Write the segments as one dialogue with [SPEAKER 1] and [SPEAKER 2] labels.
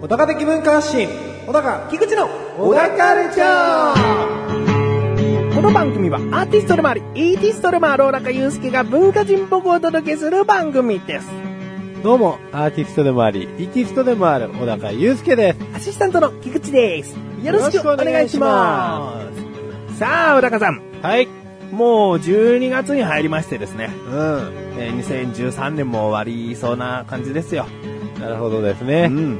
[SPEAKER 1] 小高的文化発信小高菊池の小高カルチャーこの番組はアーティストでもありイーティストでもある小高祐介が文化人っぽくお届けする番組です
[SPEAKER 2] どうも、アーティストでもあり、イーティストでもある小高祐介です。
[SPEAKER 1] アシスタントの菊池ですよろしくお願いしますさあ小高さん
[SPEAKER 2] す。はい。
[SPEAKER 1] もう12月に入りましてですね、
[SPEAKER 2] うん。
[SPEAKER 1] えー2013年も終わりそうな感じですよ
[SPEAKER 2] なるほどです
[SPEAKER 1] う
[SPEAKER 2] ね。
[SPEAKER 1] ん、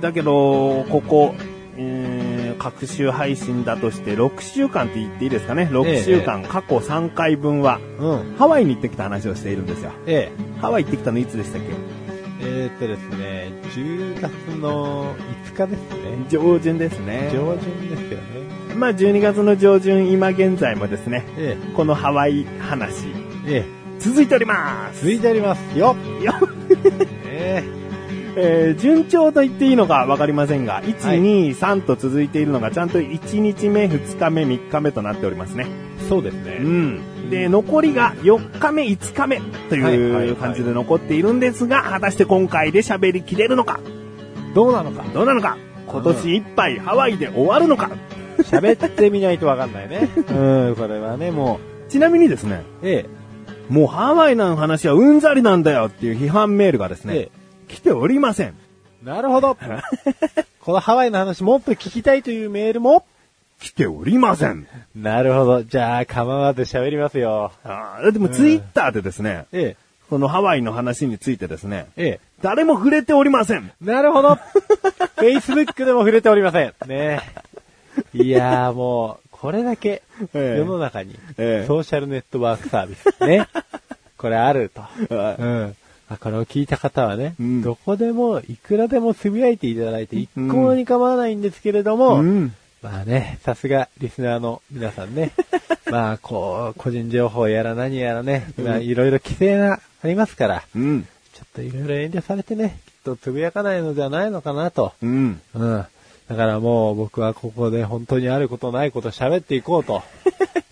[SPEAKER 1] だけど、ここ、えー、各週配信だとして6週間って言っていいですかね。6週間、過去3回分は、
[SPEAKER 2] うん。
[SPEAKER 1] ハワイに行ってきた話をしているんですよ。
[SPEAKER 2] え
[SPEAKER 1] ハワイ行ってきたのいつでしたっけ
[SPEAKER 2] え。えー、っとですね、10月の5日ですね。
[SPEAKER 1] 上旬ですね。
[SPEAKER 2] 上旬ですよね。
[SPEAKER 1] まあ12月の上旬、今現在もですね、
[SPEAKER 2] え
[SPEAKER 1] このハワイ話、
[SPEAKER 2] え。ええ。
[SPEAKER 1] 続いております。
[SPEAKER 2] 続いてありますよ。
[SPEAKER 1] よ え
[SPEAKER 2] え
[SPEAKER 1] ー順調と言っていいのか分かりませんが、1、
[SPEAKER 2] はい
[SPEAKER 1] 2、3と続いているのが、ちゃんと1日目、2日目、3日目となっておりますね。
[SPEAKER 2] え。そうです
[SPEAKER 1] う
[SPEAKER 2] ね。
[SPEAKER 1] ん。で、残りが4日目、5日目と
[SPEAKER 2] はいはい
[SPEAKER 1] い
[SPEAKER 2] は
[SPEAKER 1] う
[SPEAKER 2] い
[SPEAKER 1] 感じで残っているんですが、果たして今回で喋りきれるのか、
[SPEAKER 2] どうなのか。
[SPEAKER 1] どうなのか、今年いっぱいハワイで終わるのか。
[SPEAKER 2] 喋ってみないとわかんないね。うん、これはね、も
[SPEAKER 1] ちなみにですね、
[SPEAKER 2] う。え
[SPEAKER 1] もうハワイの話はうんざりなんだよっていう批判メールがですね、
[SPEAKER 2] え
[SPEAKER 1] 来ておりません。
[SPEAKER 2] え。なるほ ど。このハワイの話もっと聞きたいというメールも。
[SPEAKER 1] 来ておりません。
[SPEAKER 2] なるほど。じゃあ、構わず喋りますよ。
[SPEAKER 1] あーでもツイッターでですね、
[SPEAKER 2] ええ。
[SPEAKER 1] このハワイの話についてですね、
[SPEAKER 2] ええ。
[SPEAKER 1] 誰も触れておりません。
[SPEAKER 2] なるほど。Facebook でも触れておりません。ねえいやーもう、これだけ、
[SPEAKER 1] ええ
[SPEAKER 2] 世の中に、
[SPEAKER 1] ええ
[SPEAKER 2] ソーシャルネットワークサービス、ね。これあると。
[SPEAKER 1] は
[SPEAKER 2] うん。あこれを聞いた方はね、
[SPEAKER 1] うん
[SPEAKER 2] どこでも、いくらでもつぶやいていただいて、一向に構わないんですけれども、
[SPEAKER 1] うん
[SPEAKER 2] まあね、さすがリスナーの皆さんね、 まあこう、個人情報やら何やらね、まあいろいろ規制がありますから、
[SPEAKER 1] うん。
[SPEAKER 2] ちょっといろいろ遠慮されてね、きっとつぶやかないのではないのかなと。
[SPEAKER 1] うん。
[SPEAKER 2] うん。だからもう僕はここで本当にあることないこと喋っていこうと。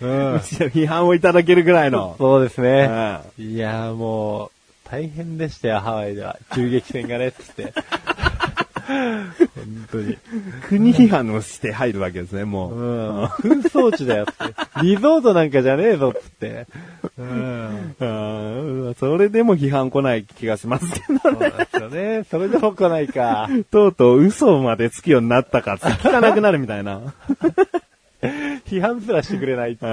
[SPEAKER 2] うん
[SPEAKER 1] む。しろ 批判をいただけるぐらい の。
[SPEAKER 2] そうですね。
[SPEAKER 1] ええ
[SPEAKER 2] いやーもう、大変でしたよ、ハワイでは。銃撃戦がね、つ って。本当に。
[SPEAKER 1] 国批判をして入るわけですね、も
[SPEAKER 2] う
[SPEAKER 1] う。
[SPEAKER 2] ん。紛争地だよ、つって。リゾートなんかじゃねえぞ、つって。うん。
[SPEAKER 1] うんそれでも批判来ない気がしますけど
[SPEAKER 2] そうなんですよね。それでも来ないか。
[SPEAKER 1] ね。とうとう嘘までつくようになったか、つかなくなるみたい な。
[SPEAKER 2] 批判すらしてくれないって。
[SPEAKER 1] う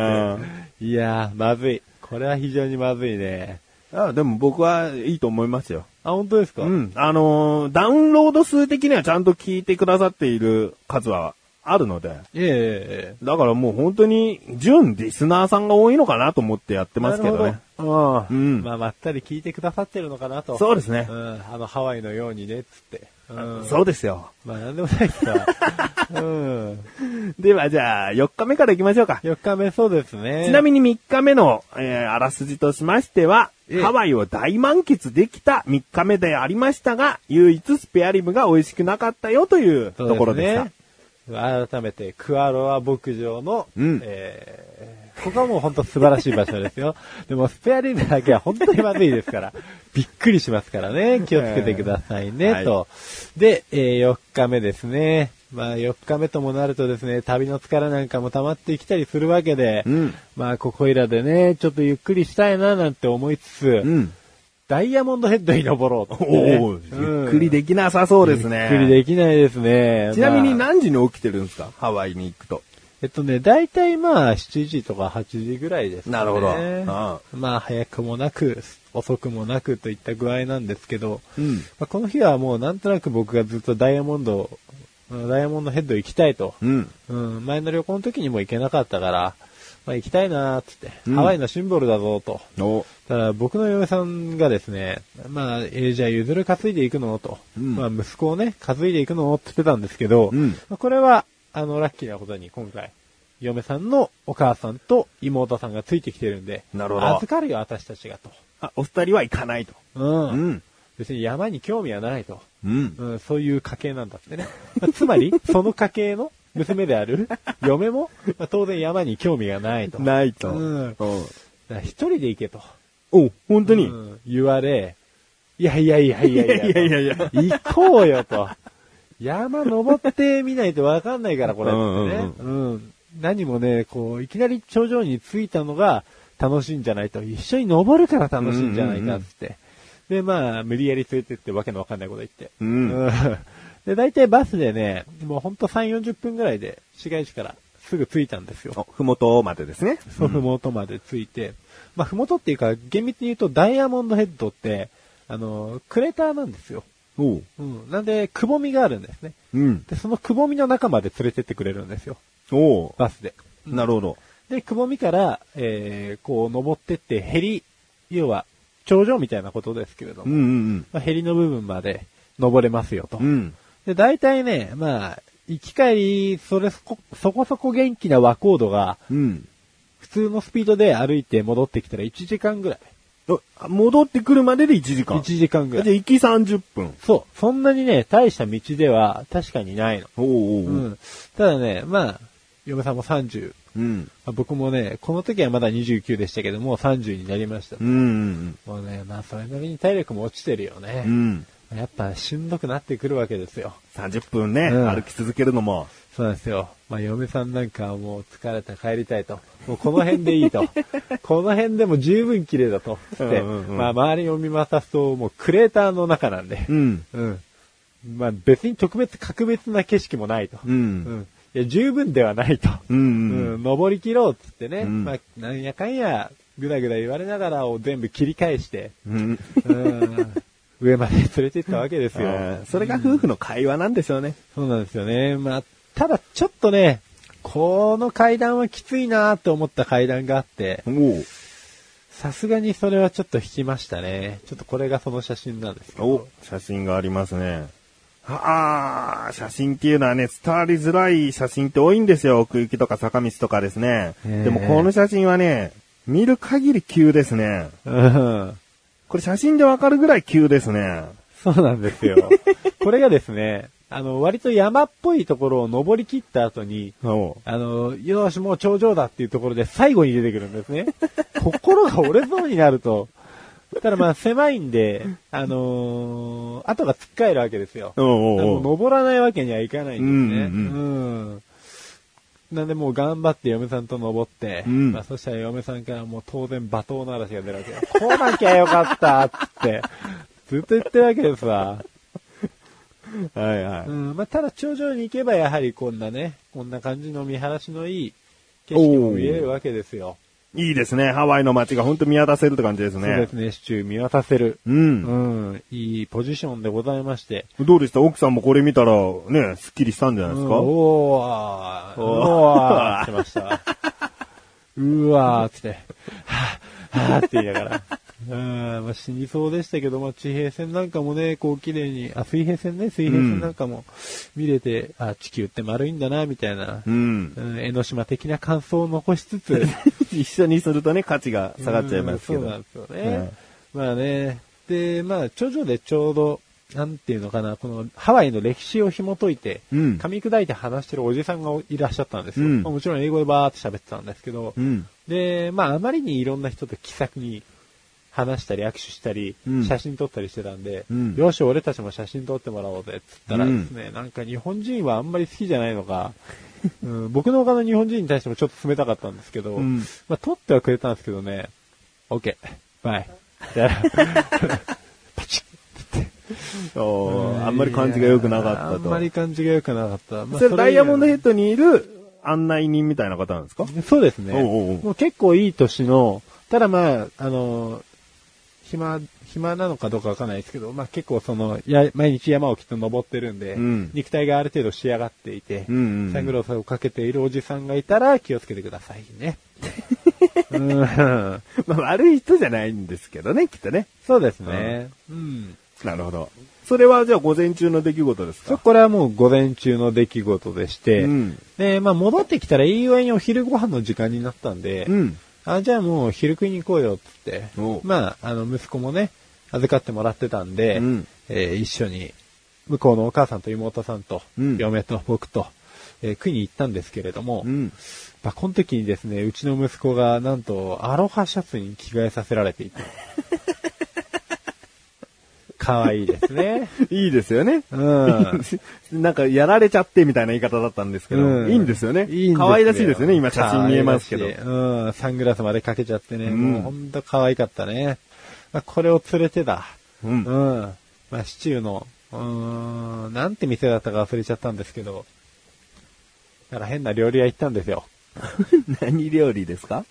[SPEAKER 2] いやー、まずい。これは非常にまずいね。
[SPEAKER 1] あでも僕はいいと思いますよ。
[SPEAKER 2] あ、本当ですか
[SPEAKER 1] うん。あのーダウンロード数的にはちゃんと聞いてくださっている数はあるので。
[SPEAKER 2] えええ
[SPEAKER 1] だからもう本当に、純リスナーさんが多いのかなと思ってやって
[SPEAKER 2] え。
[SPEAKER 1] ますけどね。
[SPEAKER 2] なるほど。
[SPEAKER 1] う
[SPEAKER 2] う。
[SPEAKER 1] んん
[SPEAKER 2] まあ、まったり聞いてくださってるのかなと。
[SPEAKER 1] そうですね
[SPEAKER 2] う。ん。あの、ハワイのようにね、つって。うん。
[SPEAKER 1] そうですよ。
[SPEAKER 2] まあ、なんでもないですわ。うん。
[SPEAKER 1] ではじゃあ、4日目から行きましょうか。
[SPEAKER 2] 4日目、そうですね。
[SPEAKER 1] ちな
[SPEAKER 2] に。
[SPEAKER 1] みに3日目の、えーあらすじとしましては、
[SPEAKER 2] ええ
[SPEAKER 1] ハワイを大満喫できた3日目でありましたが、唯一スペアリブが美味しくなかったよというところでした。
[SPEAKER 2] 改めて、クアロア牧場の、
[SPEAKER 1] うん
[SPEAKER 2] えーここはもう本当素晴らしい場所ですよ。 でも、スペアリブだけは本当にまずいですから、 びっくりしますからね、気をつけてくださいね、
[SPEAKER 1] えー
[SPEAKER 2] と。で、えー4日目ですね。まあ、4日目ともなるとですね、旅の疲れなんかも溜まってきたりするわけで、
[SPEAKER 1] うん
[SPEAKER 2] まあ、ここいらでね、ちょっとゆっくりしたいな、なんて思いつつ、
[SPEAKER 1] うん。
[SPEAKER 2] ダイヤモンドヘッドに登ろうってね、
[SPEAKER 1] おお、
[SPEAKER 2] うん
[SPEAKER 1] ゆっくりできなさそうですね。
[SPEAKER 2] ゆっくりできないですね。
[SPEAKER 1] ちなみに
[SPEAKER 2] まあ
[SPEAKER 1] 何時に起きてるんですかハワイに行くと。
[SPEAKER 2] えっとね、だいたいまあ7時とか8時ぐらいですね。
[SPEAKER 1] なるほどあ
[SPEAKER 2] まあ早くもなく、遅くもなくといった具合なんですけど、
[SPEAKER 1] うん
[SPEAKER 2] まあ、この日はもうなんとなく僕がずっとダイヤモンド、うんダイヤモンドヘッド行きたいと。
[SPEAKER 1] うん。
[SPEAKER 2] うん前の旅行の時にも行けなかったから、まあ行きたいなーっつって、
[SPEAKER 1] うん
[SPEAKER 2] ハワイのシンボルだぞと。
[SPEAKER 1] お
[SPEAKER 2] ただ僕の嫁さんがですね、まあ、えーじゃあ譲る担いでいくのと、
[SPEAKER 1] うん
[SPEAKER 2] まあ息子をね、担いでいくのって言ってたんですけど、
[SPEAKER 1] うん
[SPEAKER 2] まあこれは、あの、ラッキーなことに今回、嫁さんのお母さんと妹さんがついてきてるんで、
[SPEAKER 1] なるほど
[SPEAKER 2] 預かるよ、私たちがと。
[SPEAKER 1] あ、お二人は行かないと。
[SPEAKER 2] うん。
[SPEAKER 1] うん。
[SPEAKER 2] 別に山に興味はないと。
[SPEAKER 1] うん。
[SPEAKER 2] うん、そういう家系なんだってね。まあつまり、その家系の、娘である嫁も、まあ当然山に興味がないと。
[SPEAKER 1] ないと。
[SPEAKER 2] うん
[SPEAKER 1] お
[SPEAKER 2] だから一人で行けと。
[SPEAKER 1] お、本当に、
[SPEAKER 2] うん言われ、いやいやいやいやいや。
[SPEAKER 1] いやいやいやいや
[SPEAKER 2] 行こうよと。山登ってみないとわかんないから、これ。
[SPEAKER 1] うんうんうん
[SPEAKER 2] ねうん何もね、こう、いきなり頂上に着いたのが楽しいんじゃないと。一緒に登るから楽しいんじゃないかっつって。で、まあ、無理やり連れてってわけのわかんないこと言って。
[SPEAKER 1] うん
[SPEAKER 2] うんで、大体バスでね、もうほんと3、40分ぐらいで市街地からすぐ着いたんですよ。
[SPEAKER 1] おふもとまでですね。
[SPEAKER 2] そう、ふもとまでついて、まあ、ふもとっていうか、厳密に言うとダイヤモンドヘッドって、あの、クレーターなんですよ。
[SPEAKER 1] おう。
[SPEAKER 2] うん。なんで、くぼみがあるんですね。
[SPEAKER 1] うん。
[SPEAKER 2] で、そのくぼみの中まで連れてってくれるんですよ。
[SPEAKER 1] おう。
[SPEAKER 2] バスで。
[SPEAKER 1] なるほど。
[SPEAKER 2] で、くぼみから、えー、こう、登ってって、ヘリ、要は、頂上みたいなことですけれど
[SPEAKER 1] う
[SPEAKER 2] も、
[SPEAKER 1] ん
[SPEAKER 2] まあ、ヘリの部分まで登れますよと。
[SPEAKER 1] うんうん。うん。
[SPEAKER 2] で、大体ね、まあ、行き帰り、それそこ、そこそこ元気な和光度が、
[SPEAKER 1] うん。
[SPEAKER 2] 普通のスピードで歩いて戻ってきたら1時間ぐらい。
[SPEAKER 1] お戻ってくるまでで1時間。
[SPEAKER 2] 1時間ぐら
[SPEAKER 1] じゃあ
[SPEAKER 2] い。
[SPEAKER 1] 行き30分。
[SPEAKER 2] そう。そんなにね、大した道では確かにないの。
[SPEAKER 1] おうおう
[SPEAKER 2] う
[SPEAKER 1] おう。
[SPEAKER 2] ん。ただね、まあ、嫁さんも30。
[SPEAKER 1] うん。
[SPEAKER 2] まあ僕もね、この時はまだ29でしたけども、30になりました
[SPEAKER 1] う。ん。
[SPEAKER 2] もうね、まあそれなりに体力も落ちてるよ
[SPEAKER 1] う
[SPEAKER 2] ね。
[SPEAKER 1] ん。
[SPEAKER 2] やっぱしんどくなってくるわけですよ。
[SPEAKER 1] 30分ね、
[SPEAKER 2] うん
[SPEAKER 1] 歩き続けるのも。
[SPEAKER 2] そうなんですよ。まあ、嫁さんなんかはもう疲れた帰りたいと。もうこの辺でい いと。この辺でも十分綺麗だと。つって、
[SPEAKER 1] うんうんうん
[SPEAKER 2] まあ、周りを見渡すと、もうクレーターの中なんで。
[SPEAKER 1] うん。
[SPEAKER 2] うん。まあ、別に特別、格別な景色もないと。
[SPEAKER 1] う。
[SPEAKER 2] うんんいや、十分ではないと。
[SPEAKER 1] うん。う。
[SPEAKER 2] うん登り切ろうっつってね。
[SPEAKER 1] うん
[SPEAKER 2] まあ、なんやかんや、ぐだぐだ言われながらを全部切り返して、
[SPEAKER 1] うん。
[SPEAKER 2] うん、上まで連れて行ったわけですよ。
[SPEAKER 1] あーそれが夫婦の会話なんでしょうね。
[SPEAKER 2] そうなんですよね。まあ、ただちょっとね、この階段はきついなと思った階段があって、
[SPEAKER 1] おう。
[SPEAKER 2] さすがにそれはちょっと引きましたね。ちょっとこれがその写真なんですけど。
[SPEAKER 1] お、写真がありますね。ああー、写真っていうのはね、伝わりづらい写真って多いんですよ。奥行きとか坂道とかですね。
[SPEAKER 2] へー
[SPEAKER 1] でもこの写真はね、見る限り急ですね。
[SPEAKER 2] うん。
[SPEAKER 1] これ写真でわかるぐらい急ですね。
[SPEAKER 2] そうなんで すよ。 これがですね、あの、割と山っぽいところを登り切った後に、
[SPEAKER 1] お
[SPEAKER 2] あの、よーし、もう頂上だっていうところで最後に出てくるんで すね。心が折れそうになると。ただまあ狭いんで、あのー後が突っかえるわけですよ。
[SPEAKER 1] おう
[SPEAKER 2] もう
[SPEAKER 1] おう
[SPEAKER 2] 登らないわけにはいかないんですね。
[SPEAKER 1] うんう
[SPEAKER 2] うんなんでもう頑張って嫁さんと登って、
[SPEAKER 1] うん
[SPEAKER 2] まあそしたら嫁さんからもう当然罵倒の嵐が出るわけよ。来なきゃよかったっつって、ずっと言ってるわけですわ。
[SPEAKER 1] はいは
[SPEAKER 2] う
[SPEAKER 1] い。
[SPEAKER 2] ん、まあただ頂上に行けばやはりこんなね、こんな感じの見晴らしのいい景色も見えるわけですよ。
[SPEAKER 1] いいですね。ハワイの街が本当見渡せるって感じです
[SPEAKER 2] そうで
[SPEAKER 1] ね
[SPEAKER 2] す。ね、市中見渡せる。
[SPEAKER 1] う。
[SPEAKER 2] うんん、いいポジションでございまして。
[SPEAKER 1] どうでした奥さんもこれ見たら、ね、スッキリしたんじゃないですか
[SPEAKER 2] うんおー、
[SPEAKER 1] おー
[SPEAKER 2] おー、って ました。うわーっつって、はぁ、はぁって言いながら。うんまあ、死にそうでしたけど、まあ、地平線なんかもね、こう綺麗に、あ、水平線ね、水平線なんかも見れて、あ、地球って丸いんだな、みたいな、
[SPEAKER 1] うん。
[SPEAKER 2] うん江ノ島的な感想を残しつつ、
[SPEAKER 1] 一緒にするとね、価値が下がっちゃいますけ
[SPEAKER 2] うん
[SPEAKER 1] ど。
[SPEAKER 2] そうなん
[SPEAKER 1] は
[SPEAKER 2] ですよね。まあね、で、まあ、頂上でちょうど、なんていうのかな、このハワイの歴史を紐解いて、
[SPEAKER 1] うん
[SPEAKER 2] 噛み砕いて話してるおじさんがいらっしゃったんですよ。
[SPEAKER 1] うん
[SPEAKER 2] まあもちろん英語でバーって喋ってたんですけど、
[SPEAKER 1] うん
[SPEAKER 2] で、まあ、あまりにいろんな人と気さくに話したり握手したり、
[SPEAKER 1] うん
[SPEAKER 2] 写真撮ったりしてたんで、
[SPEAKER 1] うん
[SPEAKER 2] よし、俺たちも写真撮ってもらおうぜ、つったらですね、なんか日本人はあんまり好きじゃないのか、 うん、僕の他の日本人に対してもちょっと冷たかったんですけど、
[SPEAKER 1] うん
[SPEAKER 2] まあ、撮ってはくれたんですけどね、OK、バイ。 でパチッって
[SPEAKER 1] おーあんまり感じが良くなかったと。
[SPEAKER 2] あんまり感じが良くなかった。まあ
[SPEAKER 1] それダイヤモンドヘッ
[SPEAKER 2] そ
[SPEAKER 1] ドにいる案内人みたいな方なんですか
[SPEAKER 2] れ以外そうですね。
[SPEAKER 1] おうおうおう
[SPEAKER 2] もう結構いい年の、ただまあ、あの、暇、暇なのかどうかわかんないですけど、まあ結構その、や、毎日山をきっと登ってるんで、
[SPEAKER 1] うん
[SPEAKER 2] 肉体がある程度仕上がっていて、
[SPEAKER 1] うんうんうん
[SPEAKER 2] サングラスをかけているおじさんがいたら気をつけてくださいね。 うん
[SPEAKER 1] まあ、悪い人じゃないんですけどね、きっとね。
[SPEAKER 2] そうですね。うん。
[SPEAKER 1] なるほど。それはじゃあ午前中の出来事です
[SPEAKER 2] そう
[SPEAKER 1] か
[SPEAKER 2] これはもう午前中の出来事でして、
[SPEAKER 1] うん
[SPEAKER 2] で、まあ戻ってきたらいいわいにお昼ご飯の時間になったんで、
[SPEAKER 1] うん。
[SPEAKER 2] あ、じゃあもう昼食いに行こうよっつって
[SPEAKER 1] おう、
[SPEAKER 2] まあ、あの、息子もね、預かってもらってたんで、
[SPEAKER 1] うん
[SPEAKER 2] えー一緒に、向こうのお母さんと妹さんと、
[SPEAKER 1] うん
[SPEAKER 2] 嫁と僕と、えー食いに行ったんですけれども、
[SPEAKER 1] うん。
[SPEAKER 2] まあ、この時にですね、うちの息子がなんとアロハシャツに着替えさせられて いた。かわいいですね。
[SPEAKER 1] いいですよね。
[SPEAKER 2] うん。
[SPEAKER 1] なんか、やられちゃってみたいな言い方だったんですけど、
[SPEAKER 2] うん
[SPEAKER 1] いいんですよね。
[SPEAKER 2] いいん
[SPEAKER 1] 可愛らしいですよね、今写真見えますけど
[SPEAKER 2] 可愛。らしいうん、サングラスまでかけちゃってね、
[SPEAKER 1] ん
[SPEAKER 2] もうほんと可愛かったね。まあこれを連れてだ。
[SPEAKER 1] う
[SPEAKER 2] うんん。。まあ、シチューの、うーん、なんて店だったか忘れちゃったんですけど、だから変な料理屋行ったんですよ。
[SPEAKER 1] 何料理ですか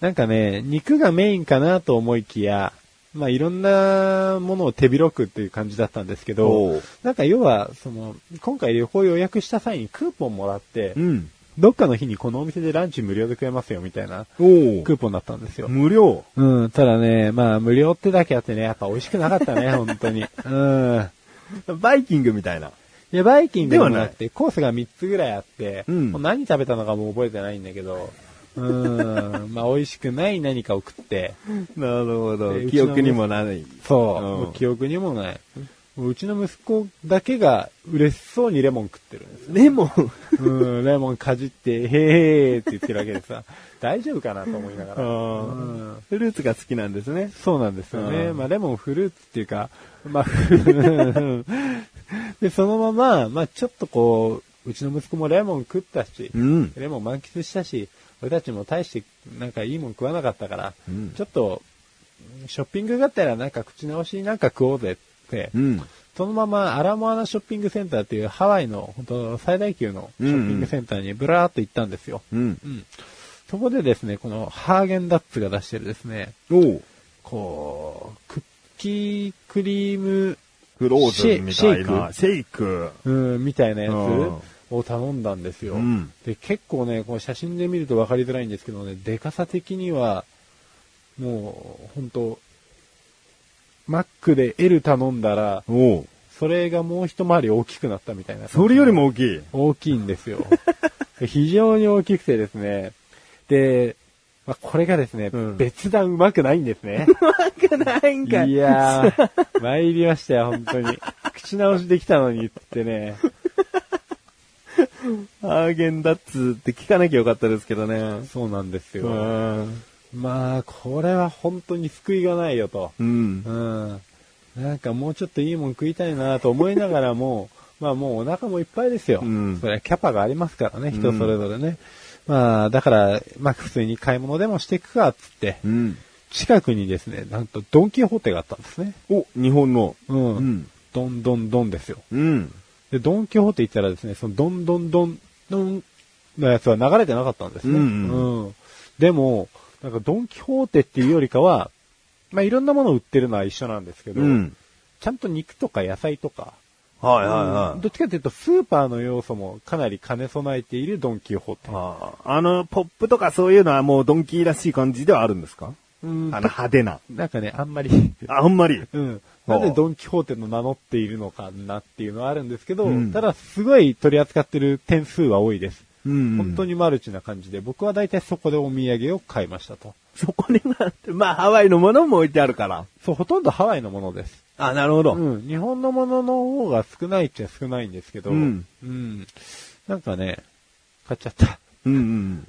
[SPEAKER 2] なんかね、肉がメインかなと思いきや、まあいろんなものを手広くっていう感じだったんですけ
[SPEAKER 1] お
[SPEAKER 2] ど
[SPEAKER 1] う、
[SPEAKER 2] なんか要は、その、今回旅行予約した際にクーポンもらって、
[SPEAKER 1] ん。
[SPEAKER 2] どっかの日にこのお店でランチ無料で食えますよみたいな
[SPEAKER 1] おお
[SPEAKER 2] クーポンだったんですよ。
[SPEAKER 1] 無料。
[SPEAKER 2] うん、ただね、まあ無料ってだけあってね、やっぱ美味しくなかった ね、本当に。うん。
[SPEAKER 1] バイキングみたいな。
[SPEAKER 2] いや、バイキングで
[SPEAKER 1] で
[SPEAKER 2] も
[SPEAKER 1] はない
[SPEAKER 2] なくて、コースが3つぐらいあって、
[SPEAKER 1] うん
[SPEAKER 2] もう何食べたのかもう覚えてないんだけど、うん、まあ美味しくない何かを食って、
[SPEAKER 1] なるほど
[SPEAKER 2] で。
[SPEAKER 1] 記憶にもない。
[SPEAKER 2] そう、
[SPEAKER 1] うん
[SPEAKER 2] もう記憶にもない。もううちの息子だけが嬉しそうにレモン食ってるんですよ。
[SPEAKER 1] で も、
[SPEAKER 2] うん、レモンかじって、へーって言ってるわけで さ、大丈夫かなと思いながら。うん
[SPEAKER 1] フルーツが好きなんですね。
[SPEAKER 2] そうなんですよね。
[SPEAKER 1] うん
[SPEAKER 2] まあ、レモンフルーツってい うか、まあ、 ふで、そのまま、まあ、ちょっとこう、うちの息子もレモン食ったし、
[SPEAKER 1] ん。
[SPEAKER 2] レモン満喫したし、俺たちも大して、なんかいいもん食わなかったから、
[SPEAKER 1] うん
[SPEAKER 2] ちょっと、ショッピングがあったらなんか口直しになんか食おうぜって、
[SPEAKER 1] うん。
[SPEAKER 2] そのままアラモアナショッピングセンターっていうハワイの本当最大級のショッピングセンターにブラーっと行ったんですよ。
[SPEAKER 1] うん。
[SPEAKER 2] うん。そこでですね、このハーゲンダッツが出してるですね、
[SPEAKER 1] おう
[SPEAKER 2] こう、クッキークリーム、
[SPEAKER 1] フローズンみたいな。シェイク。
[SPEAKER 2] うん、みたいなや
[SPEAKER 1] うん
[SPEAKER 2] つを頼んだんですよ。
[SPEAKER 1] うん
[SPEAKER 2] で、結構ね、こう写真で見ると分かりづらいんですけどね、でかさ的には、もう、本当マックで L 頼んだら、
[SPEAKER 1] おう
[SPEAKER 2] それがもう一回り大きくなったみたいな。
[SPEAKER 1] それよりも大きい。
[SPEAKER 2] 大きいんですよ。 非常に大きくてですね。で、まあ、これがですね、
[SPEAKER 1] うん
[SPEAKER 2] 別段うまくないんです ね。
[SPEAKER 1] ないん
[SPEAKER 2] い。やー、参りましたよ、本当に。 口直しできたのにってね。
[SPEAKER 1] ハーゲンダッツって聞かなきゃよかったですけどね。
[SPEAKER 2] そうなんです
[SPEAKER 1] う
[SPEAKER 2] よ。
[SPEAKER 1] ん。
[SPEAKER 2] まあ、これは本当に救いがないよと。
[SPEAKER 1] うん
[SPEAKER 2] う。ん。なんかもうちょっといいもん食いたいなと思いながらも、 まあもうお腹もいっぱいですよ。
[SPEAKER 1] うん
[SPEAKER 2] それはキャパがありますからね、人それぞれね。まあ、だから、まあ普通に買い物でもしていくか、つって、
[SPEAKER 1] うん。
[SPEAKER 2] 近くにですね、なんとドンキホーテがあったんですね。
[SPEAKER 1] お、日本の。
[SPEAKER 2] うん。
[SPEAKER 1] うん
[SPEAKER 2] どんどんどんですよ。
[SPEAKER 1] うん。
[SPEAKER 2] で、ドンキホーテ行ったらですね、そのドンドンドンドンのやつは流れてなかったんですね。
[SPEAKER 1] うんうん
[SPEAKER 2] うんでも、なんかドンキホーテっていうよりかは、まあ、いろんなものを売ってるのは一緒なんですけど、
[SPEAKER 1] うん。
[SPEAKER 2] ちゃんと肉とか野菜とか、
[SPEAKER 1] はいはい
[SPEAKER 2] ど
[SPEAKER 1] は
[SPEAKER 2] っちかというとスーパーの要素もかなり兼ね備えているドンキホーテ
[SPEAKER 1] い。。あーあの、ポップとかそういうのはもうドンキーらしい感じではあるんですか
[SPEAKER 2] うん
[SPEAKER 1] あの派手な。
[SPEAKER 2] なんかね、あ んまり、
[SPEAKER 1] あ、あんまり。
[SPEAKER 2] うん。
[SPEAKER 1] ほ
[SPEAKER 2] な
[SPEAKER 1] うん
[SPEAKER 2] でドンキホーテの名乗っているのかなっていうのはあるんですけど、
[SPEAKER 1] うん
[SPEAKER 2] ただすごい取り扱ってる点数は多いです。
[SPEAKER 1] うん
[SPEAKER 2] 本当。にマルチな感じで、僕は大体そこでお土産を買いましたと。
[SPEAKER 1] そこには、まあ、ハワイのものも置いてあるから。
[SPEAKER 2] そう、ほとんどハワイのものです。
[SPEAKER 1] あ、なるほど。
[SPEAKER 2] うん、日本のものの方が少ないっちゃ少ないんですけど、
[SPEAKER 1] うん
[SPEAKER 2] うんなんかね、買っちゃった。
[SPEAKER 1] うん
[SPEAKER 2] う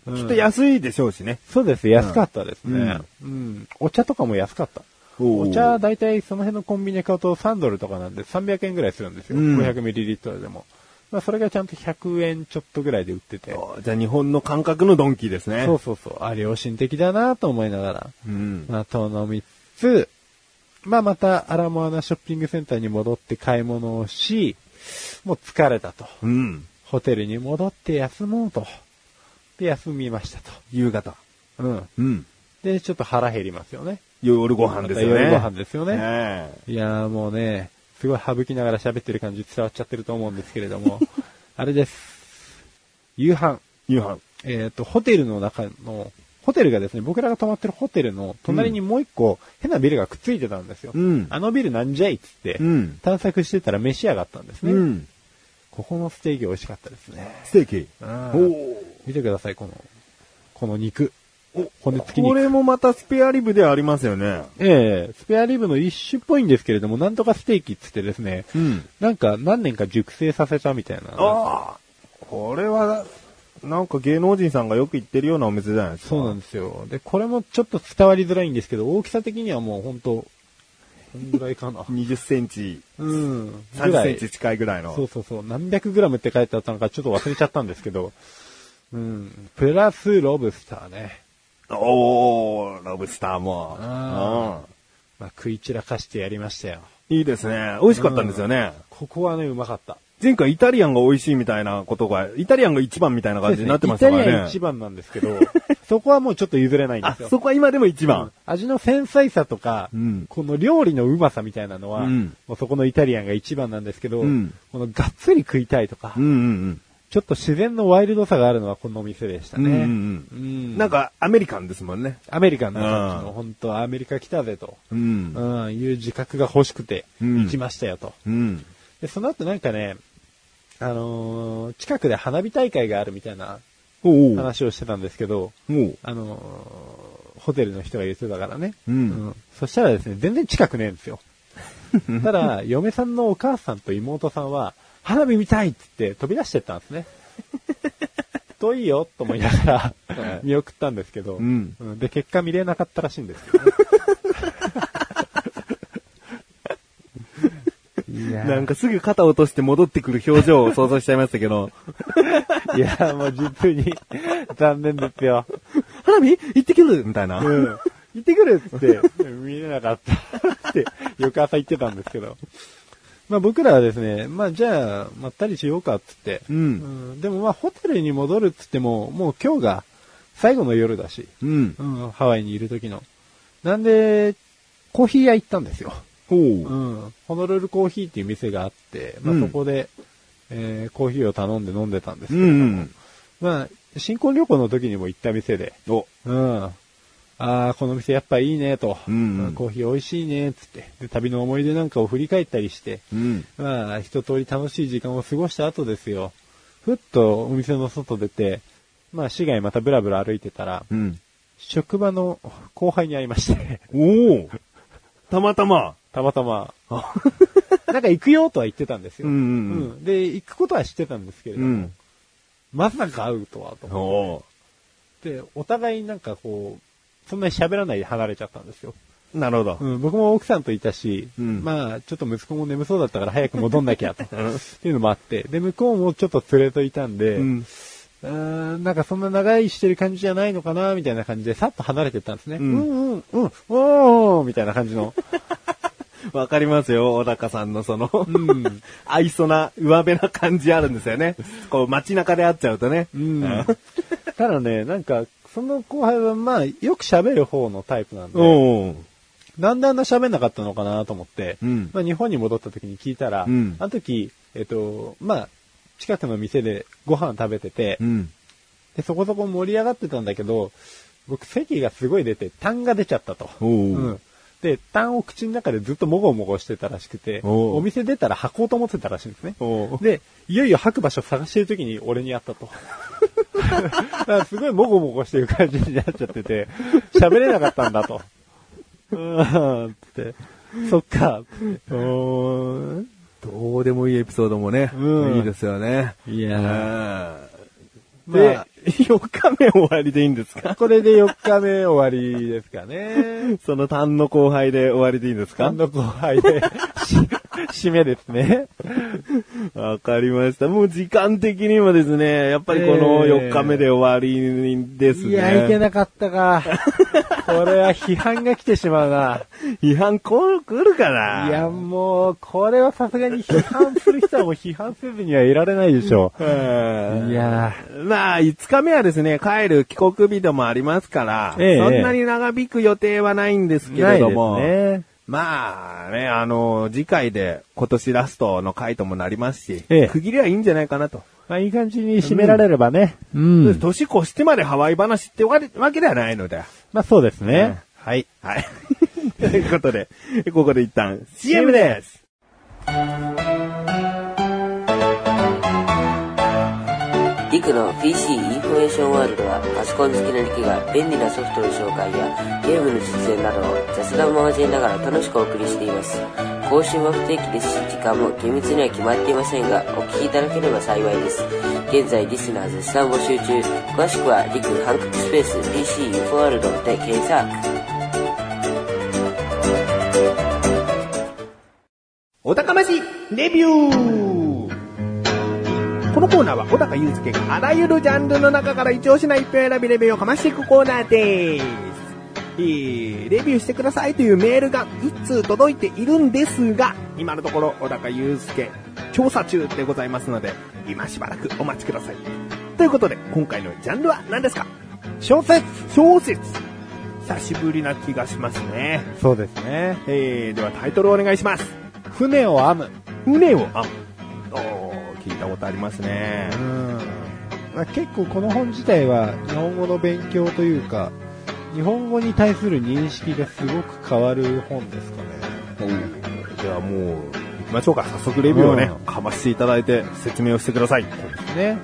[SPEAKER 1] うんん。きっと安いでしょうしね。
[SPEAKER 2] そうです、安かったですね。うん。お茶とかも安かった。
[SPEAKER 1] お
[SPEAKER 2] お
[SPEAKER 1] ー
[SPEAKER 2] 茶、大体その辺のコンビニで買うと3ドルとかなんで300円ぐらいするんですよ。
[SPEAKER 1] うん
[SPEAKER 2] 500ml でも。まあ、それがちゃんと100円ちょっとぐらいで売ってて。
[SPEAKER 1] あじゃあ日本の感覚のドンキーですね。
[SPEAKER 2] そうそうそう。あ、良心的だなと思いながら。
[SPEAKER 1] うん。
[SPEAKER 2] まあ、とのみつつ、まあ、またアラモアナショッピングセンターに戻って買い物をし、もう疲れたと。
[SPEAKER 1] うん。
[SPEAKER 2] ホテルに戻って休もうと。で、休みましたと。
[SPEAKER 1] 夕方。
[SPEAKER 2] うん。
[SPEAKER 1] うん。
[SPEAKER 2] で、ちょっと腹減りますよね。
[SPEAKER 1] 夜ご飯ですよね。
[SPEAKER 2] また夜ご飯ですよね
[SPEAKER 1] ええ
[SPEAKER 2] いやーもうね、すごい省きながら喋ってる感じ伝わっちゃってると思うんですけれど も、あれです。夕飯。
[SPEAKER 1] 夕飯。
[SPEAKER 2] えっ、と、ホテルの中の、ホテルがですね、僕らが泊まってるホテルの隣にもう一個、変なビルがくっついてたんですよ。
[SPEAKER 1] うん
[SPEAKER 2] あのビルなんじゃいっつって、
[SPEAKER 1] うん
[SPEAKER 2] 探索してたら飯屋があったんですね。
[SPEAKER 1] うん。
[SPEAKER 2] ここのステーキ美味しかったですね。
[SPEAKER 1] ステーキ。
[SPEAKER 2] うん
[SPEAKER 1] お
[SPEAKER 2] 見てください、この、この肉。
[SPEAKER 1] お
[SPEAKER 2] 骨付き
[SPEAKER 1] こ
[SPEAKER 2] 肉。
[SPEAKER 1] れもまたスペアリブではありますよね。
[SPEAKER 2] ええスペアリブの一種っぽいんですけれども、なんとかステーキっつってですね、
[SPEAKER 1] うん。
[SPEAKER 2] なんか何年か熟成させたみたいな。
[SPEAKER 1] ああ。これは、なんか芸能人さんがよく行ってるようなお店じゃないですか。。
[SPEAKER 2] そうなんですよ。で、これもちょっと伝わりづらいんですけど、大きさ的にはもう本当こんぐらいかな
[SPEAKER 1] 20セン チ、
[SPEAKER 2] うん。ぐ
[SPEAKER 1] 30
[SPEAKER 2] ら
[SPEAKER 1] セ
[SPEAKER 2] い
[SPEAKER 1] ンチ近いぐらいの。
[SPEAKER 2] そうそうそう。何百グラムって書いてあったのかちょっと忘れちゃったんですけど。うん。プラスロブスターね。
[SPEAKER 1] おー、ロブスターも。
[SPEAKER 2] あまあ、食い散らかしてやりましたよ。
[SPEAKER 1] うんいいですね。美味しかったんですよね。
[SPEAKER 2] ここはね、うまかった。
[SPEAKER 1] 前回イタリアンが美味しいみたいなことが、イタリアンが一番みたいな感じになってま
[SPEAKER 2] イ
[SPEAKER 1] した
[SPEAKER 2] タ
[SPEAKER 1] か
[SPEAKER 2] リア
[SPEAKER 1] ら
[SPEAKER 2] ン
[SPEAKER 1] ね。
[SPEAKER 2] 一番なんですけど、そこはもうちょっと譲れないんで
[SPEAKER 1] あ
[SPEAKER 2] す、よ。
[SPEAKER 1] そこは今でも一番。
[SPEAKER 2] 味の繊細さとか、
[SPEAKER 1] うん
[SPEAKER 2] この料理のうまさみたいなのは、
[SPEAKER 1] うん
[SPEAKER 2] もうそこのイタリアンが一番なんですけど、
[SPEAKER 1] うん
[SPEAKER 2] このがっつり食いたいとか、
[SPEAKER 1] うんうん
[SPEAKER 2] ちょっと自然のワイルドさがあるのはこのお店でした
[SPEAKER 1] うん。
[SPEAKER 2] ね。
[SPEAKER 1] うん
[SPEAKER 2] う
[SPEAKER 1] うんうん
[SPEAKER 2] ん
[SPEAKER 1] なんか、アメリカンですもんね。
[SPEAKER 2] アメリカンな感じ
[SPEAKER 1] う
[SPEAKER 2] の、
[SPEAKER 1] ん
[SPEAKER 2] 本当アメリカ来たぜと、
[SPEAKER 1] うん
[SPEAKER 2] う。ん、いう自覚が欲しくて、
[SPEAKER 1] うん
[SPEAKER 2] 行きましたよと。
[SPEAKER 1] うん。
[SPEAKER 2] で、その後なんかね、あのー近くで花火大会があるみたいな
[SPEAKER 1] おうおう。
[SPEAKER 2] 話をしてたんですけど、
[SPEAKER 1] おう
[SPEAKER 2] あのーホテルの人が言ってたからね。
[SPEAKER 1] うん
[SPEAKER 2] そしたらですね、全然近くねえんです よ。ただ、嫁さんのお母さんと妹さんは、花火見たいっつって飛び出してったんです ね。遠いよと思いながら、見送ったんですけど、
[SPEAKER 1] うん
[SPEAKER 2] で、結果見れなかったらしいんですよ、ね。いや
[SPEAKER 1] なんかすぐ肩落として戻ってくる表情を想像しちゃいましたけ ど、
[SPEAKER 2] いや、もう実に残念ですよ。
[SPEAKER 1] 花火行ってくるみたいな。
[SPEAKER 2] うん。行ってくるっつって、見れなかったって、翌朝言ってたんですけど。まあ僕らはですね、まあじゃあ、まったりしようかっつって。
[SPEAKER 1] う。
[SPEAKER 2] うんん。でもまあホテルに戻るっつっても、もう今日が最後の夜だし、
[SPEAKER 1] うん。
[SPEAKER 2] うん、ハワイにいる時の。なんで、コーヒー屋行ったんですよ。
[SPEAKER 1] ほ
[SPEAKER 2] う
[SPEAKER 1] う。
[SPEAKER 2] ん。ホノルルコーヒーっていう店があって、ま
[SPEAKER 1] う
[SPEAKER 2] あ
[SPEAKER 1] ん
[SPEAKER 2] そこで、えーコーヒーを頼んで飲んでたんです
[SPEAKER 1] う
[SPEAKER 2] けれども、
[SPEAKER 1] ん。
[SPEAKER 2] まあ、新婚旅行の時にも行った店で、
[SPEAKER 1] お。
[SPEAKER 2] うん。ああ、この店やっぱいいね、と。
[SPEAKER 1] うんうん
[SPEAKER 2] コーヒー美味しいね、つって。で、旅の思い出なんかを振り返ったりして、
[SPEAKER 1] うん。
[SPEAKER 2] まあ、一通り楽しい時間を過ごした後ですよ。ふっとお店の外出て、まあ、市街またブラブラ歩いてたら、
[SPEAKER 1] うん。
[SPEAKER 2] 職場の後輩に会いまして、
[SPEAKER 1] おお。たまたま。
[SPEAKER 2] たま たま、なんか行くよとは言ってたんですよ。
[SPEAKER 1] うんうんうん
[SPEAKER 2] んで、行くことは知ってたんですけれど
[SPEAKER 1] う
[SPEAKER 2] も、
[SPEAKER 1] ん。
[SPEAKER 2] まさか会うとは、と思
[SPEAKER 1] おお。
[SPEAKER 2] って、お互いなんかこう、そんなに喋らないで離れちゃったんですよ。
[SPEAKER 1] なるほど。
[SPEAKER 2] うん、僕も奥さんといたし、
[SPEAKER 1] うん
[SPEAKER 2] まあ、ちょっと息子も眠そうだったから早く戻んな きゃと、っていうのもあって、で、向こうもちょっと連れといたんで、
[SPEAKER 1] うん。
[SPEAKER 2] うーんなんかそんな長いしてる感じじゃないのかな、みたいな感じで、さっと離れてったんですね。
[SPEAKER 1] うん
[SPEAKER 2] うんうん、うん、おーみたいな感じの。
[SPEAKER 1] わかりますよ、小高さんのその、
[SPEAKER 2] ん
[SPEAKER 1] 愛想な、上辺な感じあるんですよね。こう街中で会っちゃうとね。
[SPEAKER 2] うん、ただね、なんか、その後輩はまあ、よく喋る方のタイプなんで、
[SPEAKER 1] おお。
[SPEAKER 2] なんであんな喋んなかったのかなと思って、
[SPEAKER 1] うん
[SPEAKER 2] まあ、日本に戻った時に聞いたら、
[SPEAKER 1] うん
[SPEAKER 2] あの時、えっと、まあ、近くの店でご飯食べてて、
[SPEAKER 1] ん。
[SPEAKER 2] で、そこそこ盛り上がってたんだけど、僕、咳がすごい出て、痰が出ちゃったと。
[SPEAKER 1] おう
[SPEAKER 2] うん。で、痰を口の中でずっともごもごしてたらしくて、
[SPEAKER 1] おう
[SPEAKER 2] お店出たら吐こうと思ってたらしいんですね。
[SPEAKER 1] おう
[SPEAKER 2] で、いよいよ吐く場所探してる時に俺に会ったと。だからすごいもごもごしてる感じになっちゃってて、喋れなかったんだと。うーん、って。そっか。うーん。
[SPEAKER 1] どうでもいいエピソードもね、
[SPEAKER 2] うん
[SPEAKER 1] いいですよね。
[SPEAKER 2] い
[SPEAKER 1] うん
[SPEAKER 2] や
[SPEAKER 1] で、
[SPEAKER 2] まあ
[SPEAKER 1] 4日目終わりでいいんですか
[SPEAKER 2] これで4日目終わりですかね。
[SPEAKER 1] その単の後輩で終わりでいいんですか
[SPEAKER 2] 単独後輩で、 し締めですね。
[SPEAKER 1] わかりました。もう時間的にもですね、やっぱりこの
[SPEAKER 2] え
[SPEAKER 1] 4
[SPEAKER 2] ー
[SPEAKER 1] 日目で終わりですね。
[SPEAKER 2] いや、いけなかったか。これは批判が来てしまうな。
[SPEAKER 1] 違反来る来るかない
[SPEAKER 2] や、もう、これはさすがに批判する人はもう批判せずにはいられないでしょ
[SPEAKER 1] うん
[SPEAKER 2] う。いや
[SPEAKER 1] まあ、5日目はですね、帰る帰国日でもありますから、
[SPEAKER 2] ええ
[SPEAKER 1] そんなに長引く予定はないんです
[SPEAKER 2] ー、
[SPEAKER 1] けれども、
[SPEAKER 2] ないですね。
[SPEAKER 1] まあね、あの、次回で今年ラストの回ともなりますし、
[SPEAKER 2] ええ
[SPEAKER 1] 区切りはいいんじゃないかなと。
[SPEAKER 2] まあ、いい感じに締められればね。うん
[SPEAKER 1] 年越してまでハワイ話ってわけわけではないので。
[SPEAKER 2] まあ、そうですね。
[SPEAKER 1] はい。はい。 ということで、ここで一旦 CM です。
[SPEAKER 3] リクの PC インフォメーションワールドはパソコン好きなリクが便利なソフトの紹介やゲームの実演などを雑談を交えながら楽しくお送りしています更新は不定期ですし時間も厳密には決まっていませんがお聞きいただければ幸いです現在リスナー絶賛募集中詳しくはリクハンクスペース DC ユーフォワールドで検索
[SPEAKER 1] お高ましレビューこのコーナーは小高祐介があらゆるジャンルの中から一押しな一票選びレビューをかましていくコーナーです。えーレビューしてくださいというメールが1通届いているんですが、今のところ小高祐介調査中でございますので、今しばらくお待ちください。ということで、今回のジャンルは何ですか小説小説久しぶりな気がしますね。
[SPEAKER 2] そうですね。
[SPEAKER 1] えー、ではタイトルお願いします。
[SPEAKER 2] 船を編む。
[SPEAKER 1] 船を、あ、おー聞いたことありますね
[SPEAKER 2] う。ん。まあ結構この本自体は日本語の勉強というか、日本語に対する認識がすごく変わる本ですかね。
[SPEAKER 1] じゃあもう、行きましょうか。早速レビューをね
[SPEAKER 2] う、ん
[SPEAKER 1] かましていただいて説明をしてください。
[SPEAKER 2] ね。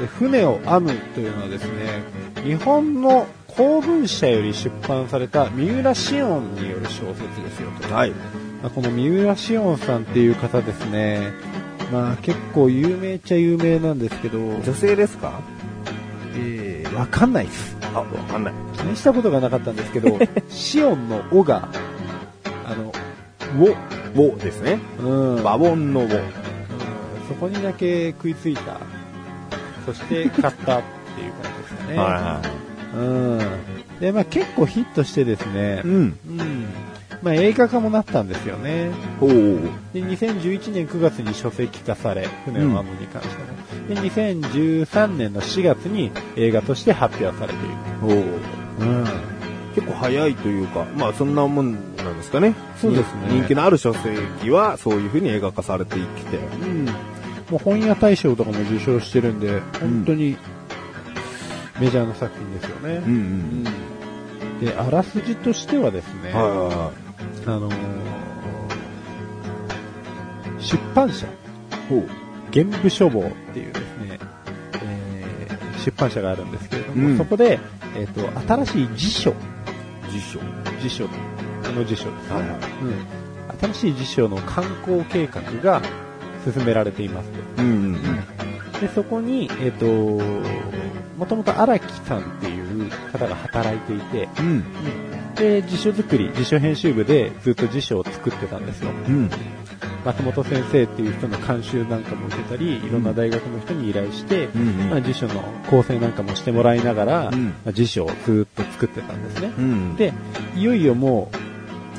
[SPEAKER 2] で、船を編むというのはですね、日本の公文社より出版された三浦紫音による小説ですよと。
[SPEAKER 1] はい。
[SPEAKER 2] まあこの三浦紫音さんっていう方ですね、まあ結構有名っちゃ有名なんですけど、
[SPEAKER 1] 女性ですか
[SPEAKER 2] えーわかんないです。
[SPEAKER 1] あ、わかんない。
[SPEAKER 2] 気にしたことがなかったんです けど、紫音の尾が、あの、を、
[SPEAKER 1] ウォですね。
[SPEAKER 2] うん、
[SPEAKER 1] バボンのウォ。
[SPEAKER 2] そこにだけ食いついた。そして買ったっていう感じですかね。うん。で、まあ結構ヒットしてですね
[SPEAKER 1] い。う、ん。
[SPEAKER 2] うん。まあ映画化もなったんですよね。
[SPEAKER 1] おー
[SPEAKER 2] で、2011年9月に書籍化され、船を守るに関しては、で、2013年の4月に映画として発表されている。
[SPEAKER 1] おー
[SPEAKER 2] うん。
[SPEAKER 1] 結構早いというか、まあそんなもんなんですかね。
[SPEAKER 2] そうですね
[SPEAKER 1] 人気のある書籍はそういう風に映画化されていきて。
[SPEAKER 2] うん。もう本屋大賞とかも受賞してるんで、本当にメジャーな作品ですよね。
[SPEAKER 1] ん
[SPEAKER 2] で、あらすじとしてはですね、
[SPEAKER 1] はいはいは
[SPEAKER 2] あのー出版社、原部書房っていうですね、えー出版社があるんですけれども、
[SPEAKER 1] うん
[SPEAKER 2] そこで、えっ、と、新しい辞書、
[SPEAKER 1] い。辞書。
[SPEAKER 2] 辞書、あの辞書ですね、
[SPEAKER 1] はいはい
[SPEAKER 2] うん新しい辞書の観光計画が進められていますと。
[SPEAKER 1] うんうん
[SPEAKER 2] で、そこに、えっ、と、もともと荒木さんっていう方が働いていて、
[SPEAKER 1] うん。
[SPEAKER 2] で、辞書作り、辞書編集部でずっと辞書を作ってたんですよ。
[SPEAKER 1] うん。
[SPEAKER 2] 松本先生っていう人の監修なんかも受けたり、いろんな大学の人に依頼して、
[SPEAKER 1] うんうん
[SPEAKER 2] まあ、辞書の構成なんかもしてもらいながら、
[SPEAKER 1] うん
[SPEAKER 2] まあ辞書をずっと作ってたんですね。
[SPEAKER 1] うんで、
[SPEAKER 2] で、いよいよもう、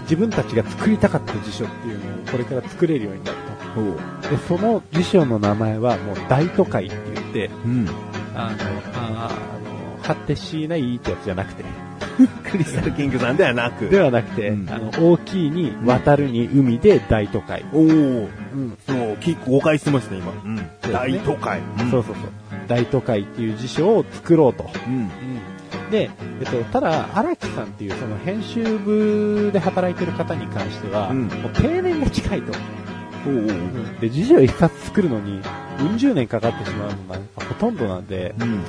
[SPEAKER 2] 自分たちが作りたかった辞書っていうのをこれから作れるようになった。
[SPEAKER 1] ほう。
[SPEAKER 2] で、その辞書の名前はもう大都会って言って、
[SPEAKER 1] うん。
[SPEAKER 2] あの、あーあの、発展しないってやつじゃなくて、
[SPEAKER 1] クリスタルキングさんではなく。
[SPEAKER 2] ではなくて、
[SPEAKER 1] うん
[SPEAKER 2] あの、大きいに渡るに海で大都会。
[SPEAKER 1] おお。
[SPEAKER 2] うん
[SPEAKER 1] そう、き誤解してましたね、今。
[SPEAKER 2] そうです
[SPEAKER 1] 大
[SPEAKER 2] ね
[SPEAKER 1] 都会。
[SPEAKER 2] そうそうそう。大都会っていう辞書を作ろうと。
[SPEAKER 1] うん。
[SPEAKER 2] で、えっと、ただ、荒木さんっていうその編集部で働いてる方に関しては、
[SPEAKER 1] うん
[SPEAKER 2] もう定年が近いと。
[SPEAKER 1] おうおう
[SPEAKER 2] で、辞書一冊作るのに、うん十年かかってしまうのがほとんどなんで、
[SPEAKER 1] うん。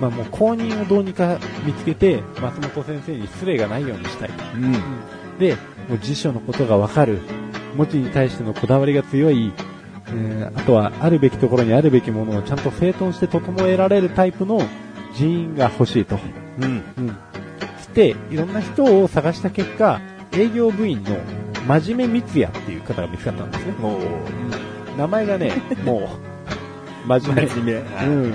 [SPEAKER 2] まあもう公認をどうにか見つけて、松本先生に失礼がないようにしたいと。
[SPEAKER 1] うん。
[SPEAKER 2] で、もう辞書のことがわかる、文字に対してのこだわりが強い、えーあとはあるべきところにあるべきものをちゃんと整頓して整えられるタイプの人員が欲しいと。
[SPEAKER 1] うん。
[SPEAKER 2] うん。つって、いろんな人を探した結果、営業部員の真面目三也っていう方が見つかったんですね。
[SPEAKER 1] おう
[SPEAKER 2] 名 前がね、もう、真面
[SPEAKER 1] 真面目。
[SPEAKER 2] 目。うん。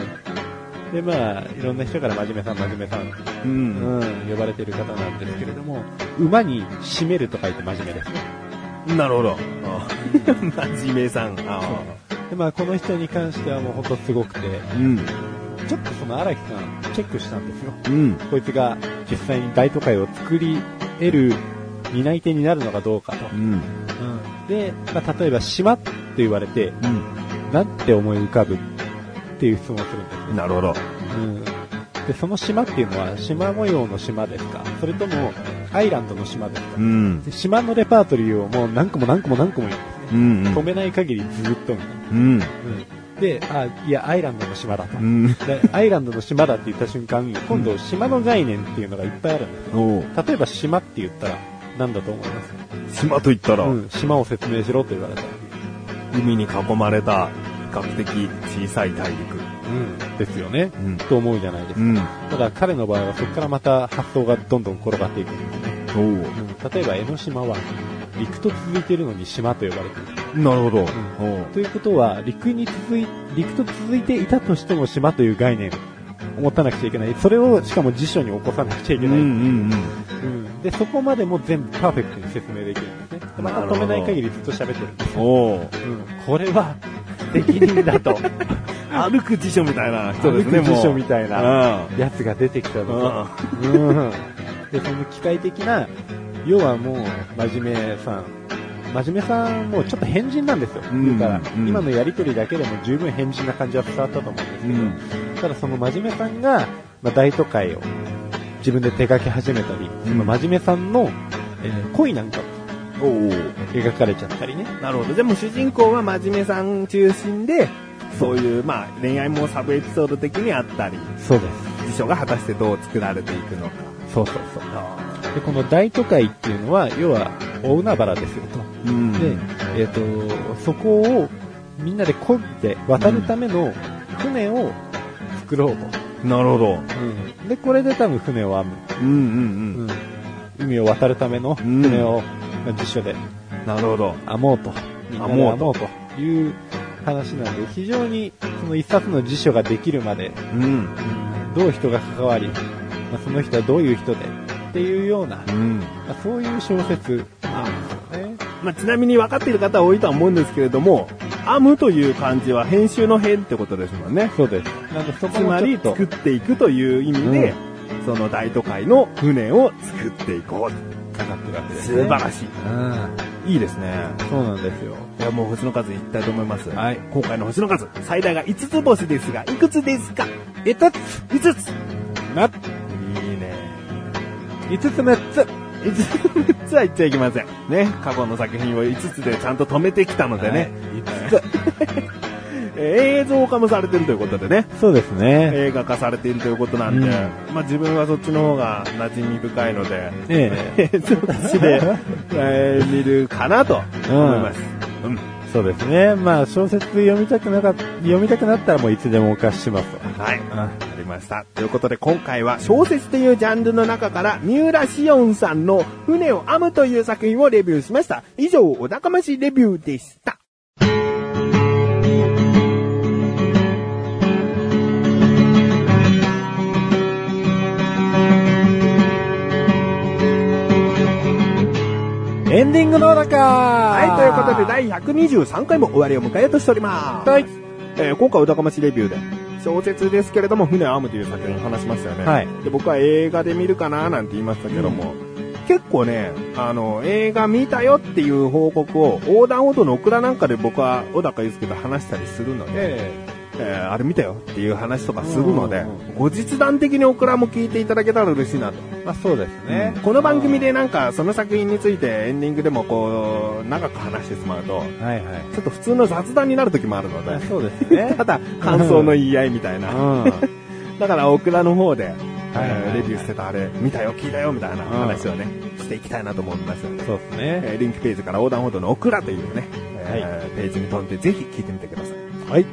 [SPEAKER 2] で、まあ、いろんな人から真面目さん、真面目さん、
[SPEAKER 1] う。
[SPEAKER 2] うんん、呼ばれてる方なんですけれども、馬に締めると書いて真面目ですね。
[SPEAKER 1] なるほど。あ真面目さん。あ
[SPEAKER 2] でまあ、この人に関してはもう本当すごくて、
[SPEAKER 1] うん。
[SPEAKER 2] ちょっとその荒木さん、チェックしたんですよ。
[SPEAKER 1] うん。
[SPEAKER 2] こいつが実際に大都会を作り得る担い手になるのかどうかと。
[SPEAKER 1] うん。
[SPEAKER 2] で、まあ、例えば島って言われて、なんて思い浮かぶっていう質問をするんです
[SPEAKER 1] なるほど。
[SPEAKER 2] ね。うん。で、その島っていうのは島模様の島ですかそれともアイランドの島ですか、
[SPEAKER 1] ん。
[SPEAKER 2] で島のレパートリーをもう何個も何個も何個も言うんですね。
[SPEAKER 1] うん
[SPEAKER 2] 止めない限りずっとみたいな。
[SPEAKER 1] うん。
[SPEAKER 2] で、あ、いや、アイランドの島だと。
[SPEAKER 1] うん。
[SPEAKER 2] でアイランドの島だって言った瞬間、今度島の概念っていうのがいっぱいあるんですよ。
[SPEAKER 1] おう
[SPEAKER 2] 例えば島って言ったら何だと思います
[SPEAKER 1] 島と言ったら、
[SPEAKER 2] うん、島を説明しろと言われたら。
[SPEAKER 1] 海に囲まれた、比較的小さい大陸。
[SPEAKER 2] ですよね、
[SPEAKER 1] うん
[SPEAKER 2] と思うじゃないです
[SPEAKER 1] う
[SPEAKER 2] か。
[SPEAKER 1] ん。お
[SPEAKER 2] ただ彼の場合はそこからまた発想がどんどん転がっていくんですね。
[SPEAKER 1] お
[SPEAKER 2] うん例えば江ノ島は陸と続いているのに島と呼ばれている。
[SPEAKER 1] なるほど。
[SPEAKER 2] ということは陸に続い、陸と続いていたとしても島という概念を持たなくちゃいけない。それをしかも辞書に起こさなくちゃいけない。
[SPEAKER 1] んうん。
[SPEAKER 2] うんで、そこまでも全部パーフェクトに説明できるんですね。でまた
[SPEAKER 1] なるほ
[SPEAKER 2] 止
[SPEAKER 1] ど
[SPEAKER 2] めない限りずっと喋ってるんです。
[SPEAKER 1] おお
[SPEAKER 2] うんこれは適任 だと。
[SPEAKER 1] 歩く辞書みたいな人
[SPEAKER 2] 歩
[SPEAKER 1] です
[SPEAKER 2] く
[SPEAKER 1] ね、
[SPEAKER 2] 辞書
[SPEAKER 1] もう
[SPEAKER 2] みたいなやつが出てきた
[SPEAKER 1] うん。
[SPEAKER 2] の。うん。で、その機械的な、要はもう、真面目さん。真面目さんもちょっと変人なんですよ。
[SPEAKER 1] うん
[SPEAKER 2] 言うから、
[SPEAKER 1] うん
[SPEAKER 2] 今のやりとりだけでも十分変人な感じは伝わったと思うんですけ
[SPEAKER 1] う
[SPEAKER 2] ど、
[SPEAKER 1] ん。
[SPEAKER 2] ただその真面目さんが、まあ、大都会を自分で手掛け始めたり、その真面目さんの、えー恋なんかも
[SPEAKER 1] おお
[SPEAKER 2] 描かれちゃったりね。
[SPEAKER 1] なるほど。でも主人公は真面目さん中心で、そういう、まあ、恋愛もサブエピソード的にあったり、
[SPEAKER 2] そうです。
[SPEAKER 1] 辞書が果たしてどう作られていくのか。
[SPEAKER 2] そうそうそう。で、この大都会っていうのは、要は、大海原ですよ
[SPEAKER 1] う
[SPEAKER 2] と。
[SPEAKER 1] ん
[SPEAKER 2] で、えっ、と、そこをみんなで漕いで渡るための船を作ろうと。
[SPEAKER 1] なるほど。
[SPEAKER 2] で、これで多分船を編
[SPEAKER 1] うんうん
[SPEAKER 2] む。海を渡るための船を、まあ辞書で
[SPEAKER 1] うん。なるほど。
[SPEAKER 2] 編もうと。みんなで
[SPEAKER 1] 編も
[SPEAKER 2] 編
[SPEAKER 1] う
[SPEAKER 2] も
[SPEAKER 1] と
[SPEAKER 2] うという話なんで、非常にその一冊の辞書ができるまで、
[SPEAKER 1] うん。
[SPEAKER 2] どう人が関わり、まあその人はどういう人で、っていうような、
[SPEAKER 1] うん。
[SPEAKER 2] まあそういう小説なんですよね。
[SPEAKER 1] まあ、ちなみに分かっている方は多いとは思うんですけれども、編むという漢字は編集の編ってことですもんね。
[SPEAKER 2] そうです。なんでそこ
[SPEAKER 1] つ
[SPEAKER 2] も
[SPEAKER 1] ま
[SPEAKER 2] ちょ
[SPEAKER 1] り
[SPEAKER 2] っと
[SPEAKER 1] 作っていくという意味で、その大都会の船を作っていこう。
[SPEAKER 2] かかってるわけです
[SPEAKER 1] 素晴
[SPEAKER 2] ね。
[SPEAKER 1] らしい。いいですね。
[SPEAKER 2] うん。そうなんですよ。
[SPEAKER 1] いや、もう星の数いきたいと思います。
[SPEAKER 2] はい
[SPEAKER 1] 今回の星の数、最大が5つ星ですが、いくつですかえたつ !5 つ
[SPEAKER 2] な、
[SPEAKER 1] いいね。
[SPEAKER 2] 5つ6つ。
[SPEAKER 1] 5つは言っちゃいけません。ね。過去の作品を5つでちゃんと止めてきたのでね。えー映像化もされてるということでね。
[SPEAKER 2] そうですね。
[SPEAKER 1] 映画化されているということなんで、
[SPEAKER 2] う
[SPEAKER 1] まあ自分はそっちの方が馴染み深いので、
[SPEAKER 2] ええ。
[SPEAKER 1] そっちで、えー見るかなと思います。うん。
[SPEAKER 2] そうですね。まあ、小説読みたくなかっ読みたくなったらもういつでもお貸ししますわ。
[SPEAKER 1] はい。わかりました。ということで今回は小説というジャンルの中から三浦紫音さんの船を編むという作品をレビューしました。以上、お高ましレビューでした。
[SPEAKER 2] エンディングの中は
[SPEAKER 1] はい、ということで、第123回も終わりを迎えようとしております。
[SPEAKER 2] はい
[SPEAKER 1] えー今回、お高ましレビューで、小説ですけれども、船を編むという作品を話しましたよね。
[SPEAKER 2] はい
[SPEAKER 1] で僕は映画で見るかななんて言いましたけども、結構ね、あの、映画見たよっていう報告を、横断歩道のオクラなんかで僕は小高祐介と話したりするので、
[SPEAKER 2] え
[SPEAKER 1] えーあれ見たよっていう話とかするので
[SPEAKER 2] うんうん、
[SPEAKER 1] 後日談的にオクラも聞いていただけたら嬉しいなと。
[SPEAKER 2] えまあ、そうですね。
[SPEAKER 1] この番組でなんかその作品についてエンディングでもこう長く話してしまうと
[SPEAKER 2] はいはい。
[SPEAKER 1] ちょっと普通の雑談になる時もあるの
[SPEAKER 2] まあ
[SPEAKER 1] で
[SPEAKER 2] そうですね。
[SPEAKER 1] ただ感想の言い合いみたいな
[SPEAKER 2] う
[SPEAKER 1] だからオクラの方で
[SPEAKER 2] はいはいはい
[SPEAKER 1] えーレビューしてたあれ見たよ聞いたよみたいな話をねしていきたいなと思いますので
[SPEAKER 2] ん。そうですね。
[SPEAKER 1] えーリンクページから横断歩道のオクラというね、
[SPEAKER 2] は
[SPEAKER 1] えーページに飛んでぜひ聞いてみてください
[SPEAKER 2] はい。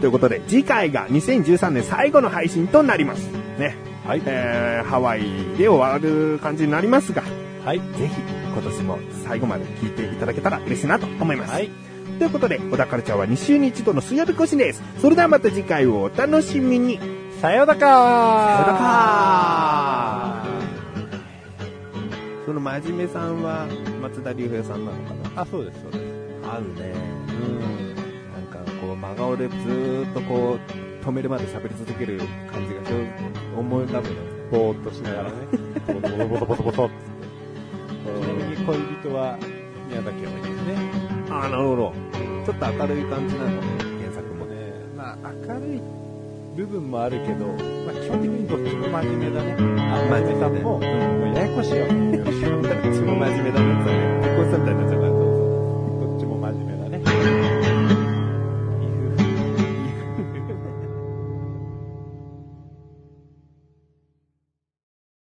[SPEAKER 1] ということで、次回が2013年最後の配信となります。ね。
[SPEAKER 2] はい
[SPEAKER 1] えーハワイで終わる感じになりますが、
[SPEAKER 2] はい。
[SPEAKER 1] ぜひ今年も最後まで聞いていただけたら嬉しいなと思います。
[SPEAKER 2] はい。
[SPEAKER 1] ということで、小田カルチャーは2週に1度の水曜日更新です。それではまた次回をお楽しみに。
[SPEAKER 2] さようだか
[SPEAKER 1] 小
[SPEAKER 2] さ
[SPEAKER 1] 田かその真面目さんは松田龍平さんなのか
[SPEAKER 2] あ、そうです、そうです。
[SPEAKER 1] な合うね。
[SPEAKER 2] うん。
[SPEAKER 1] なんかこう真顔でずーっとこう止めるまで喋り続ける感じがちょっと思い浮かぶの。
[SPEAKER 2] ぼーっとしながらね。ボトボトボトボトボトっつって。ちなみに恋人は宮崎葵ですね。
[SPEAKER 1] ああ、なるほど。ちょっと明るい感じなのね、原作もね。
[SPEAKER 2] ね、まあ明るい部分もあるけど、まあ基本的にどっちも真面目だね。